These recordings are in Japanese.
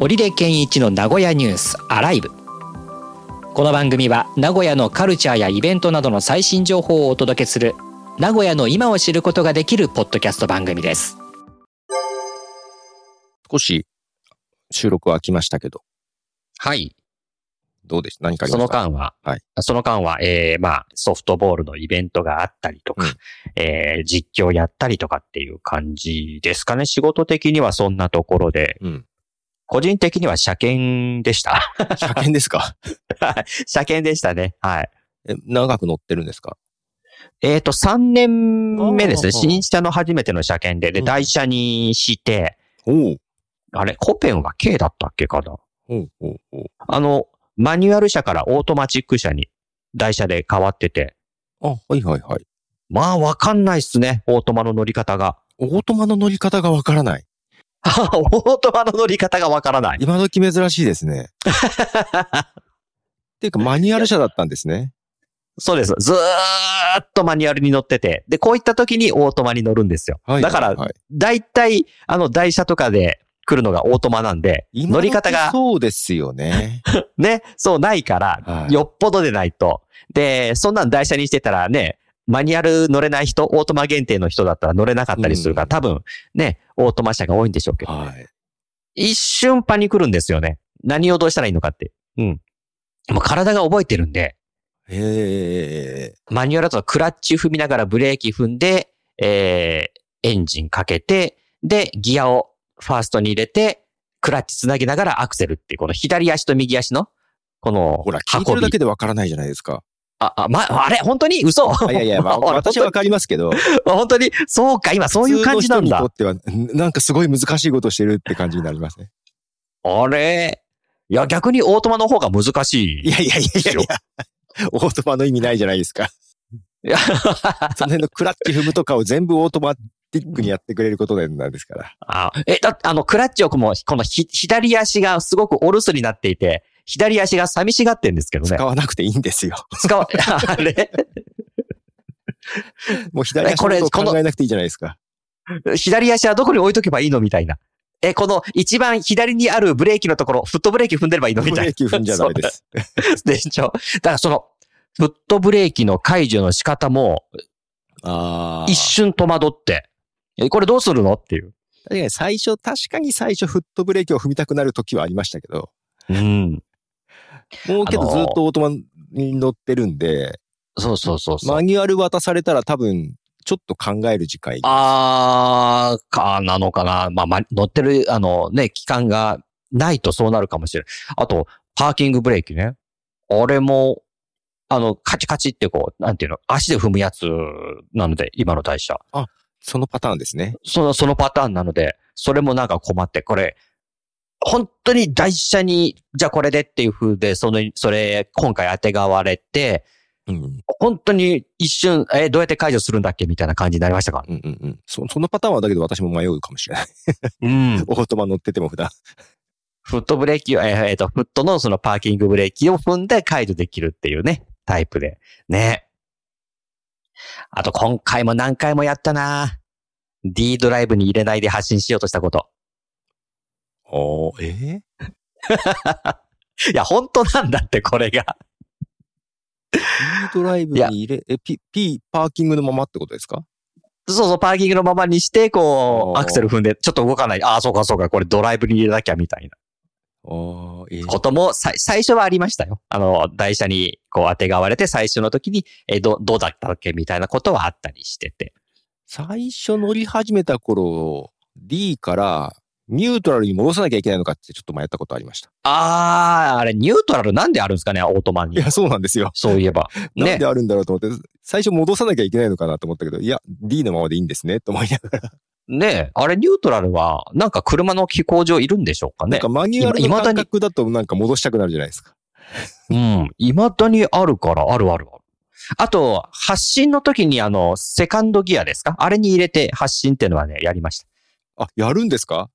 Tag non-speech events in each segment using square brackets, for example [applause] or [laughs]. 織出健一の名古屋ニュースアライブこの番組は名古屋のカルチャーやイベントなどの最新情報をお届けする名古屋の今を知ることができるポッドキャスト番組です少し収録は来ましたけど、はいどうでした何かありそまのした間は、はいその間は、えーまあ、ソフトボールのイベントがあったりとか、えー実況やったりとかっていう感じですかね。仕事的にはそんなところで、うん。個人的には車検でした。 [laughs] 車検ですか車検でしたね。はい。え長く乗ってるんですかえっ、と、3年目ですね。おー新車の初めての車検で、で、うん台車にして、おうあれ、コペンは K だったっけかなおうおうおうあの、マニュアル車からオートマチック車に、台車で変わってて、あ、はいはいはい。まあ、わかんないっすね。オートマの乗り方が。 [laughs] オートマの乗り方がわからない。オートマの乗り方がわからない。今時珍しいで [laughs] すね。っていうか、マニュアル車だったんですね。そうです。ずーっとマニュアルに乗ってて。で、こういった時にオートマに乗るんですよ。はい。だから、はい、だいたい、あの、台車とかで来るのがオートマなんで、今乗り方が時そうですよね。ね、そうないから、はよっぽどでないと。で、そんなん台車にしてたらね、マニュアル乗れない人、オートマ限定の人だったら乗れなかったりするから、うん多分ね、オートマ車が多いんでしょうけど、はい。一瞬パニクるんですよね。何をどうしたらいいのかって。うん。もう体が覚えてるんで、へえ。マニュアルだとクラッチ踏みながらブレーキ踏んで、えー、エンジンかけて、で、ギアをファーストに入れて、クラッチつなぎながらアクセルっていう、この左足と右足の、この、ほら、聞いて運るだび。けでわからないじゃないですか。あ、あ、ま、あれ本当に嘘あいやいや、まあ、 [laughs] ほら私はわかりますけど、 [laughs] 本当に、そうか、今そういう感じなんだ普。通の人にとっては、なんかすごい難しいことしてるって感じになりますね。あれいや、逆にオートマの方が難しい。いやいやいやいやいや、オートマの意味ないじゃないですか。いやその辺のクラッチ踏むとかを全部オートマティックにやってくれることなんですから。あえ、だってあの、クラッチをもう、このひ左足がすごくお留守になっていて、左足が寂しがってんですけどね。使わなくていいんですよ。使わ、 [laughs] あれもう左足のことを考えなくていいじゃないですか。左足はどこに置いとけばいいのみたいな。え、この一番左にあるブレーキのところ、フットブレーキ踏んでればいいのブみたいレなー。キ踏んじゃダメです。でしょ。だからその、フットブレーキの解除の仕方も、ああ一瞬戸惑って、え、これどうするのっていう。確かに最初、確かに最初フットブレーキを踏みたくなる時はありましたけど、うん。もうけあどのーずっとオートマに乗ってるんで、そうそうそうそう。マニュアル渡されたら多分、ちょっと考える時間。あー、か、なのかな。まあ、ま、乗ってる、あの、ね、期間がないとそうなるかもしれない。あと、パーキングブレーキね。あれも、あの、カチカチってこう、なんていうの、足で踏むやつなので、今の台車。そのパターンですね。その、そのパターンなので、それもなんか困って、これ、本当に台車に、じゃあこれでっていう風で、その、それ、今回当てがわれて、うん。うん本当に一瞬、え、どうやって解除するんだっけみたいな感じになりましたから。うんうん。そそのパターンはだけど私も迷うかもしれない。うん。 [laughs] オートマ乗ってても普段。フットブレーキを、えーえーと、フットのそのパーキングブレーキを踏んで解除できるっていうね、タイプで。ね。あと今回も何回もやったな D ドライブに入れないで発信しようとしたこと。おー、えいや、本当なんだって、これが。ー、P ドライブに入れ、え、P、P、パーキングのままってことですかそうそう、パーキングのままにして、こおう、ーアクセル踏んで、ちょっと動かない。ああ、そうかそうか、これドライブに入れなきゃ、みたいなおー、えことも、さい最初はありましたよ。あの、台車に、こう、当てがわれて、最初の時に、えーど、どうだったっけ、みたいなことはあったりしてて。最初乗り始めた頃、D からニュートラルに戻さなきゃいけないのかってちょっと迷ったことありました。あー、あれ、ニュートラルなんであるんですかね、オートマンに。いや、そうなんですよ。そういえば。なねんで。あるんだろうと思って、最初戻さなきゃいけないのかなと思ったけど、いや、D のままでいいんですね、と思いながら。ねあれ、ニュートラルは、なんか車の機構上いるんでしょうかなねんか。マニュアルの今未だ感に覚だとなんか戻したくなるじゃないですか。うん。未だにあるから、あるあるある。あと、発進の時に、あの、セカンドギアですかあれに入れて発進っていうのはね、やりましあ、やるんですか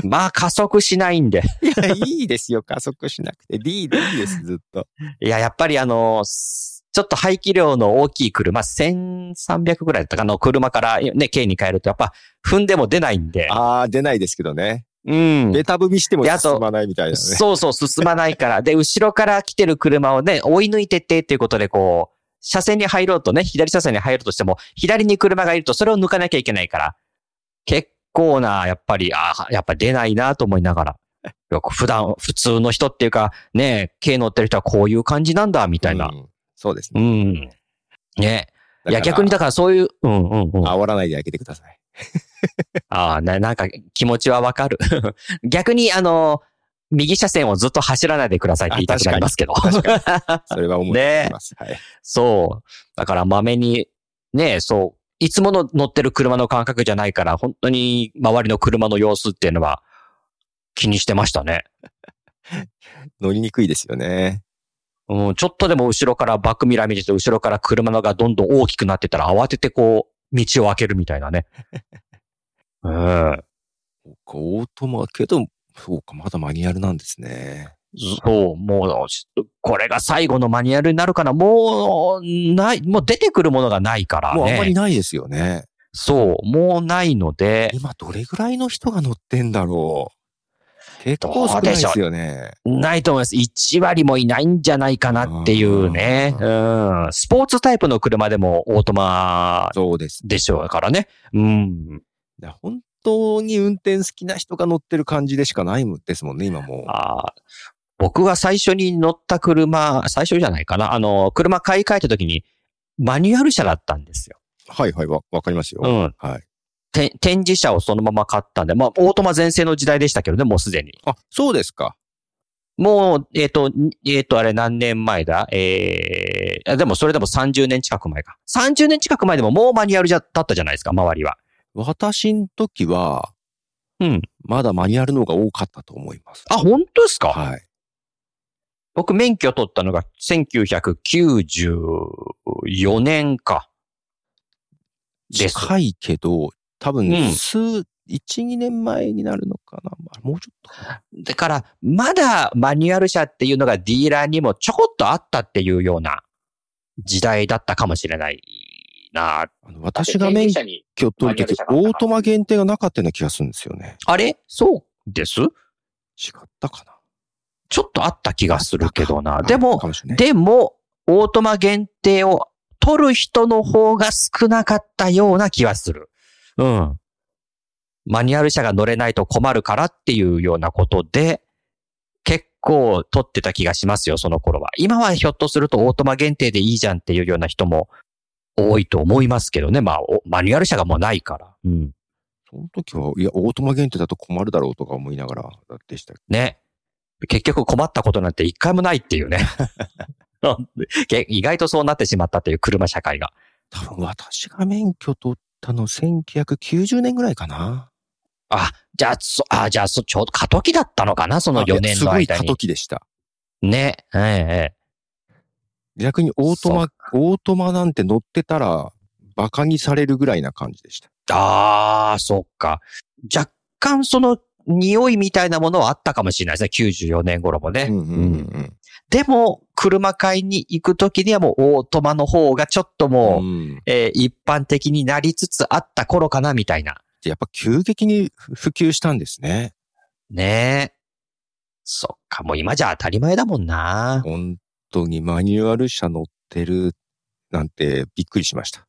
た。まあ、加速しないんで。いや、 [laughs] いいですよ。加速しなくて。D でいいです、ずっと。いや、やっぱりあの、すちょっと排気量の大きい車、1300ぐらいだったかなあの車からね、軽に変えると、やっぱ、踏んでも出ないんで。あー、出ないですけどね。うん。ベタ踏みしてもであと進まないみたいなね。そうそう、進まないから。で、後ろから来てる車をね、追い抜いてってっていうことで、こう、車線に入ろうとね、左車線に入ろうとしても、左に車がいるとそれを抜かなきゃいけないから。結構な、やっぱり、あーやっぱ出ないなと思いながら。よく普段、普通の人っていうか、ね、軽乗ってる人はこういう感じなんだ、みたいなう。んそうですうね。ん。ね。いや、だから逆にだからそういう、うんうんうん。煽らないであげてください。ああ、な、なんか気持ちはわかる。 [laughs] 逆に、あの、右車線をずっと走らないでくださいって言いたくなりますけど。確かに。それは思いねます。はい。 [laughs] そう。だから、まめに、ね、そう。いつもの乗ってる車の感覚じゃないから、本当に周りの車の様子っていうのは気にしてましたね。乗りにくいですよね。うん、ちょっとでも後ろからバックミラー見てて、後ろから車のがどんどん大きくなってたら慌ててこう、道を開けるみたい [laughs] なね。うん。そうかオートマけど、そうか、まだマニュアルなんですね。そう、もう、これが最後のマニュアルになるかな。もう、ない、もう出てくるものがないからもうあんまりね。ないですよね。そう、もうないので、今どれぐらいの人が乗ってんだろう。結構少ないですよね。ないと思います。1割もいないんじゃないかなっていうね。ううん。スポーツタイプの車でもオートマそうです。でしょうからね。うん。だから本当に運転好きな人が乗ってる感じでしかないんですもんね、今もう。あー僕が最初に乗った車、最初じゃないかな。あの、車買い替えた時に、マニュアル車だったんですよ。はいはい、わわかりますよ。うん。はい。て展示車をそのまま買ったんで、まあ、オートマ全盛の時代でしたけどね、もうすでに。あ、そうですか。もう、えっ、と、にえっ、と、あれ何年前だえー、あでもそれでも30年近く前か。30年近く前でももうマニュアルじゃだったじゃないですか、周りは。私の時は、うん。まだマニュアルの方が多かったと思います。あ、本当ですか、はい。僕免許取ったのが1994年か。です近いけど、多分、うん数、1、2年前になるのかな。まあもうちょっとかな。だから、まだマニュアル車っていうのがディーラーにもちょこっとあったっていうような時代だったかもしれないな。あの私が免車に。許取るマニュアル時じゃなかっオたなートマ限定がなかったような気がするんですよね。あれそうです違ったかな。ちょっとあった気がするけどな。あでも、かもしれないでも、オートマ限定を取る人の方が少なかったような気はする。うん。マニュアル車が乗れないと困るからっていうようなことで、結構取ってた気がしますよ、その頃は。今はひょっとするとオートマ限定でいいじゃんっていうような人も多いと思いますけどね。まあ、おマニュアル車がもうないから。うん。その時は、いや、オートマ限定だと困るだろうとか思いながらでしたけね。結局困ったことなんて一回もないっていう [laughs] ね。け意外とそうなってしまったっていう車社会が。ど。多分私が免許取ったの1990年ぐらいかな。じゃあ、そ、あ、じゃあ、そ、ちょうど過渡期だったのかなそのあいや4年すのごい間過に渡。期でした。ね。ええ、ええ。逆にオートそマう、オートマなんて乗ってたら、馬鹿にされるぐらいな感じでした。ああ、そっか。若干その匂いみたいなものはあったかもしれないですね。94年頃もね。うんうんうんでも、車買いに行くときにはもうオートマの方がちょっとうもう、ん。うんえー一般的になりつつあった頃かなみたいな。やっぱ急激に普及したんですね。ねえ。そっか、もう今じゃ当たり前だもんな。本当にマニュアル車乗ってるなんてびっくりしました。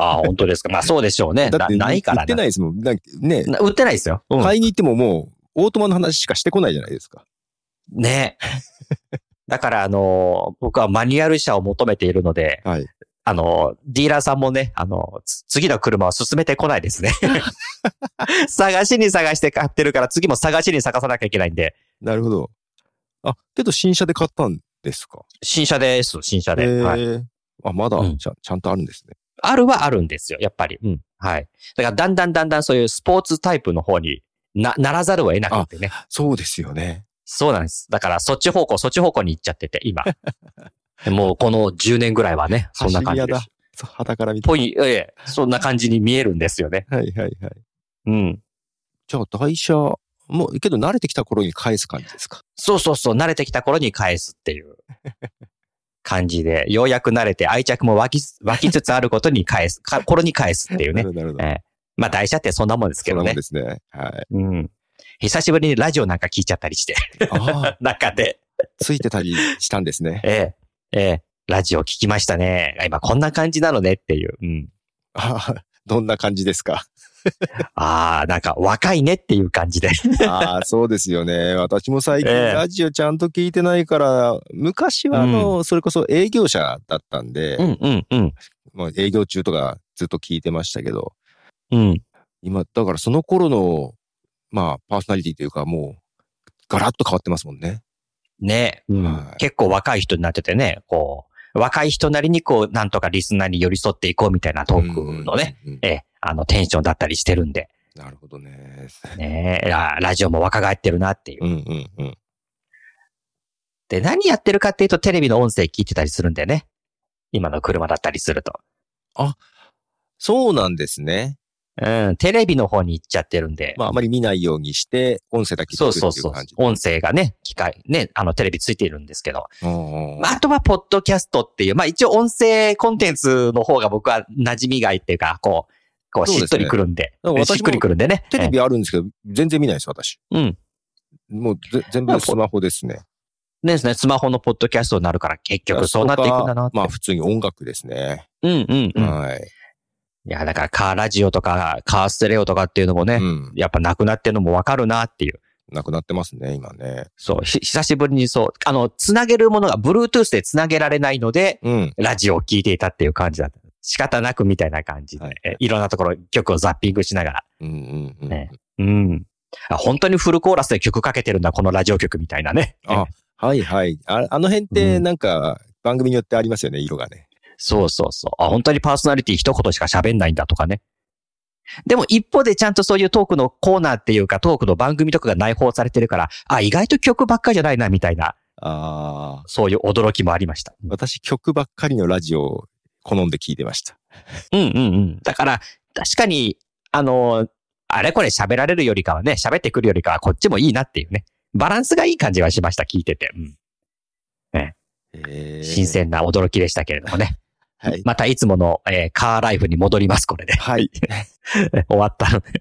ああ、本当ですか。まあそうでしょうね。だって、なないから売ってないですもん。なんかね、な売ってないですよ。うん買いに行ってももう、オートマの話しかしてこないじゃないですか。ね。だから、あの、僕はマニュアル車を求めているので、はい。あの、ディーラーさんもね、あの、つ次の車は進めてこないですね。 [laughs] 探しに探して買ってるから、次も探しに探さなきゃいけないんで、なるほど。あ、けど新車で買ったんですか。新車です、新車で。へーはい、あ、まだうんちゃ,、ん、ちゃんとあるんですね。あるはあるんですよ、やっぱり。うん。はい。だから、だんだんだんだんそういうスポーツタイプの方にな、ならざるを得なくてね。そうですよね。そうなんです。だから、そっち方向、そっち方向に行っちゃってて、 [laughs] 今。もう、この10年ぐらいはね、そんな感じ走りで屋すだ。。そう肌から見て。ぽい、ええ、そんな感じに見えるんですよね。はいはいはい。うん。じゃあ台車、もう、けど慣れてきた頃に返す感じですか。そうそうそう、慣れてきた頃に返すっていう感じで、ようやく慣れて愛着も湧き [laughs] つ、湧きつつあることに返す、か頃に返すっていうねな [laughs] る。ほどなるほど。ええまあ、台車ってそんなもんですけそうどなもんねで。すね。はい。うん。久しぶりにラジオなんか聞いちゃったりして、 [laughs] ああ、中で。ついてたりしたんですね。ええ、ええ、ラジオ聞きましたね。今こんな感じなのねっていう。うん。 [laughs] ああ、どんな感じです [laughs] か。ああ、なんか若いねっていう感じで。ああ、そうですよね。私も最近ええラジオちゃんと聞いてないから、昔はあの、それこそ営業者だったんで、うんうんうん。まあ営業中とかずっと聞いてましたけど、うん。今、だからその頃の、まあ、パーソナリティというか、もう、ガラッと変わってますもんね。ね、はい結構若い人になっててね、こう、若い人なりにこう、なんとかリスナーに寄り添っていこうみたいなトークのね、うんうんうん。ええ、あの、テンションだったりしてるんで、なるほどね。ねえ、ララジオも若返ってるなっていう。うんうんうん。で、何やってるかっていうと、テレビの音声聞いてたりするんでね。今の車だったりすると。そうなんですね。うん、テレビの方に行っちゃってるんで。まあ、あまり見ないようにして、音声だけ聞そうくそうっていそうう感じ。。音声がね、機械、ね、あの、テレビついているんですけど。うんうんまああとは、ポッドキャストっていう、まあ、一応音声コンテンツの方が僕は馴染みがいっていうか、こう、こう、そうしでっすねとりくるんで。だから私もしっくりくるんでね。テレビあるんですけど、全然見ないです、私。ええ。うん。もうぜ全ま部あスマホですね。ねですね、スマホのポッドキャストになるから、結局そうなっていくんだなって。まあ、普通に音楽ですね。うんうんうん。いはい。や、だから、カーラジオとか、カーステレオとかっていうのもね、うん。やっぱなくなってるのもわかるなっていう。なくなってますね、今ね。そう、ひ久しぶりにそう、あの、つなげるものが Bluetooth でつなげられないので、うん。ラジオを聞いていたっていう感じだった。仕方なくみたいな感じで、はいえいろんなところ曲をザッピングしながら。うんうんうん。ねうん。あ本当にフルコーラスで曲かけてるんだ、このラジオ局みたいなね。あはいはい。ああの辺って、うんなんか、番組によってありますよね、色がね。そうそうそう。あ、本当にパーソナリティ一言しか喋んないんだとかね。でも一方でちゃんとそういうトークのコーナーっていうかトークの番組とかが内包されてるから、あ、意外と曲ばっかりじゃないなみたいな、ああ。そういう驚きもありました。私曲ばっかりのラジオを好んで聞いてました。うんうんうん。だから、確かに、あの、あれこれ喋られるよりかはね、喋ってくるよりかはこっちもいいなっていうね。バランスがいい感じはしました、聞いてて。うん新鮮な驚きでしたけれどもね。はい。またいつもの、えーカーライフに戻ります、これで。 [laughs] はい。終わったので。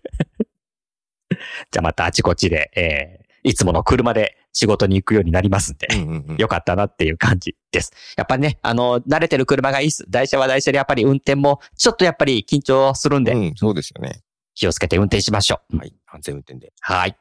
じゃあまたあちこちで、えーいつもの車で仕事に行くようになりますんで。うんうんうんよかったなっていう感じです。やっぱりね、あの、慣れてる車がいいっす。台車は台車でやっぱり運転も、ちょっとやっぱり緊張するんで、うん、そうですよね。気をつけて運転しましょう。はい。安全運転で。はい。